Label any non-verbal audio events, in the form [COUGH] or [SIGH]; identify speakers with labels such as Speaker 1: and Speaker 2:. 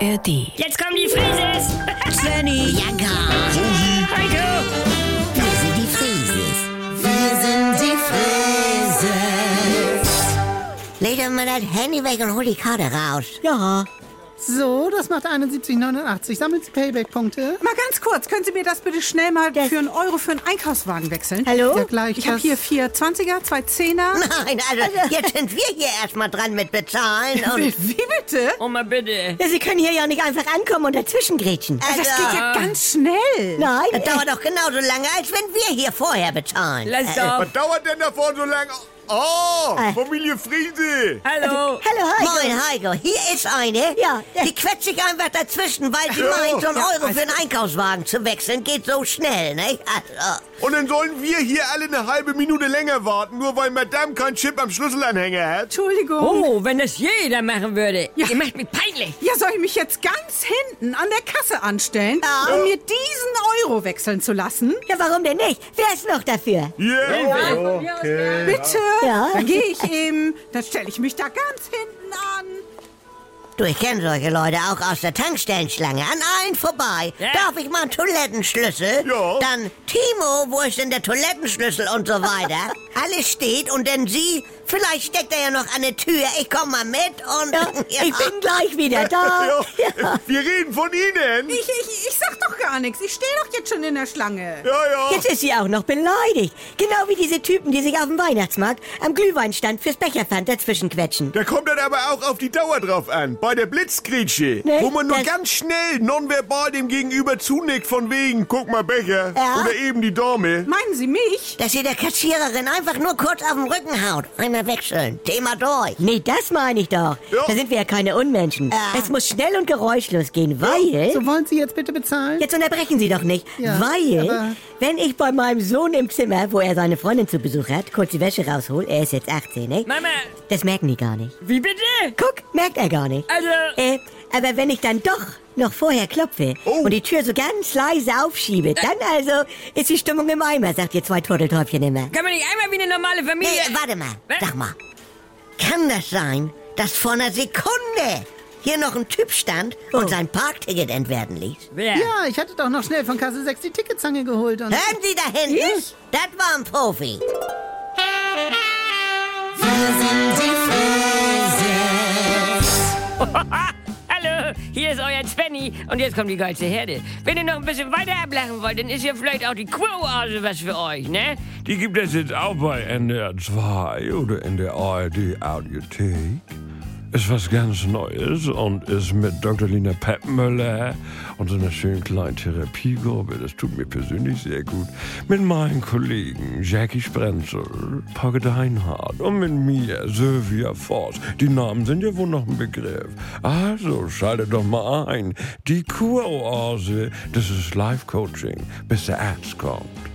Speaker 1: ARD.
Speaker 2: Jetzt kommen die Frises! [LAUGHS]
Speaker 3: Svenny,
Speaker 4: Ja, gar.
Speaker 2: Heiko!
Speaker 4: Wir sind die Frieses. Wir sind die Frieses. Leg doch mal das Handy weg und hol die Karte raus. [LAUGHS]
Speaker 5: Ja. So, das macht 71,89. Sammeln Sie Payback-Punkte?
Speaker 3: mal ganz kurz, können Sie mir das bitte schnell mal für einen Euro für einen Einkaufswagen wechseln?
Speaker 5: Hallo? Ja, gleich,
Speaker 3: Ich habe
Speaker 5: das-
Speaker 3: hier vier 20er, zwei 10er.
Speaker 4: Nein, also jetzt sind wir hier erstmal dran mit bezahlen
Speaker 3: Wie
Speaker 4: und...
Speaker 3: bitte?
Speaker 2: Oma, bitte!
Speaker 6: Ja, Sie können hier ja nicht einfach ankommen und dazwischen grätschen.
Speaker 4: Also,
Speaker 3: Das geht ja ganz schnell.
Speaker 6: Nein,
Speaker 4: das dauert doch genauso lange, als wenn wir hier vorher bezahlen.
Speaker 2: Lass
Speaker 4: Äh,
Speaker 2: doch!
Speaker 7: Was dauert denn davon so lange? Oh, Familie Friese.
Speaker 2: Hallo!
Speaker 6: hallo, Heiko.
Speaker 4: Moin, Heiko, hier ist eine,
Speaker 6: Ja.
Speaker 4: die quetscht sich einfach dazwischen, weil sie meint, so einen Euro für einen Einkaufswagen zu wechseln, geht so schnell, ne? Also,
Speaker 7: Und dann sollen wir hier alle eine halbe Minute länger warten, nur weil Madame kein Chip am Schlüsselanhänger hat.
Speaker 3: Entschuldigung.
Speaker 2: Oh, wenn das jeder machen würde!
Speaker 3: Ja.
Speaker 2: Ihr macht mich peinlich!
Speaker 3: Ja, soll ich mich jetzt ganz hinten an der Kasse anstellen, um mir diesen Euro wechseln zu lassen?
Speaker 6: Ja, warum denn nicht? Wer ist noch dafür?
Speaker 7: Yeah.
Speaker 3: Bitte?
Speaker 6: Ja.
Speaker 3: Dann gehe ich eben. Dann stelle ich mich da ganz hinten an.
Speaker 4: du, ich kenne solche Leute auch aus der Tankstellenschlange, an allen vorbei.
Speaker 2: Ja.
Speaker 4: Darf ich mal einen Toilettenschlüssel?
Speaker 7: Ja.
Speaker 4: Dann, Timo, wo ist denn der Toilettenschlüssel und so
Speaker 6: [LAUGHS]
Speaker 4: weiter? Alles steht und dann sie, vielleicht steckt er ja noch an der Tür, ich komm mal mit und... [LAUGHS]
Speaker 6: Ja, ich bin gleich wieder da.
Speaker 7: Ja. Wir reden von Ihnen.
Speaker 3: Ich, ich, ich sag doch gar nichts. Ich stehe doch jetzt schon in der Schlange.
Speaker 7: Ja, ja.
Speaker 6: Jetzt ist sie auch noch beleidigt. Genau wie diese Typen, die sich auf dem Weihnachtsmarkt am Glühweinstand fürs Becherpfand dazwischen quetschen.
Speaker 7: Da kommt dann aber auch auf die Dauer drauf an. Bei der Blitzgrätsche,
Speaker 6: Nee,
Speaker 7: wo man nur
Speaker 6: das-
Speaker 7: ganz schnell nonverbal dem Gegenüber zunickt von wegen, guck mal Becher
Speaker 6: Ja.
Speaker 7: oder eben die Dame.
Speaker 3: Meinen Sie mich?
Speaker 4: dass sie der Kassiererin einfach nur kurz auf den Rücken haut. Einmal wechseln. Thema durch.
Speaker 6: Nee, das meine ich doch.
Speaker 7: Ja.
Speaker 6: Da sind wir ja keine Unmenschen.
Speaker 4: Ja.
Speaker 6: Es muss schnell und geräuschlos gehen, weil...
Speaker 5: So, wollen Sie jetzt bitte bezahlen?
Speaker 6: Jetzt unterbrechen Sie doch nicht,
Speaker 5: Ja,
Speaker 6: weil,
Speaker 5: aber-
Speaker 6: wenn ich bei meinem Sohn im Zimmer, wo er seine Freundin zu Besuch hat, kurz die Wäsche raushol, er ist jetzt 18, ne?
Speaker 2: Mama,
Speaker 6: Das merken die gar nicht.
Speaker 2: wie bitte?
Speaker 6: Guck, merkt er gar nicht.
Speaker 2: Also,
Speaker 6: Äh, aber wenn ich dann doch noch vorher klopfe
Speaker 7: Oh.
Speaker 6: und die Tür so ganz leise aufschiebe, dann also ist die Stimmung im Eimer, sagt ihr zwei Turteltäubchen immer. Äh,
Speaker 2: kann man nicht einmal wie eine normale
Speaker 4: Nee,
Speaker 2: Familie...
Speaker 4: warte mal.
Speaker 2: Was?
Speaker 4: Sag mal. Kann das sein, dass vor einer Sekunde hier noch ein Typ stand und
Speaker 6: Oh.
Speaker 4: sein Parkticket entwerten ließ?
Speaker 2: Wer?
Speaker 5: Ja, ich hatte doch noch schnell von Kasse 6 die Ticketzange geholt und...
Speaker 4: Hören Sie da hinten?
Speaker 3: Ich?
Speaker 4: Das war ein Profi.
Speaker 2: Ah, Hallo, hier ist euer Svenny und jetzt kommt die geilste Herde. Wenn ihr noch ein bisschen weiter ablachen wollt, dann ist hier vielleicht auch die Quo-Oase was für euch, ne?
Speaker 8: Die gibt es jetzt auch bei NDR 2 oder in der ARD Audiothek. Ist was ganz Neues und ist mit Dr. Lina Peppmüller und so einer schönen kleinen Therapiegruppe, das tut mir persönlich sehr gut, mit meinen Kollegen Jackie Sprenzel, Pogge Deinhardt und mit mir Sylvia Voss. Die Namen sind ja wohl noch ein Begriff. Also schaltet doch mal ein. Die Kuroase, das ist Life-Coaching, bis der Arzt kommt.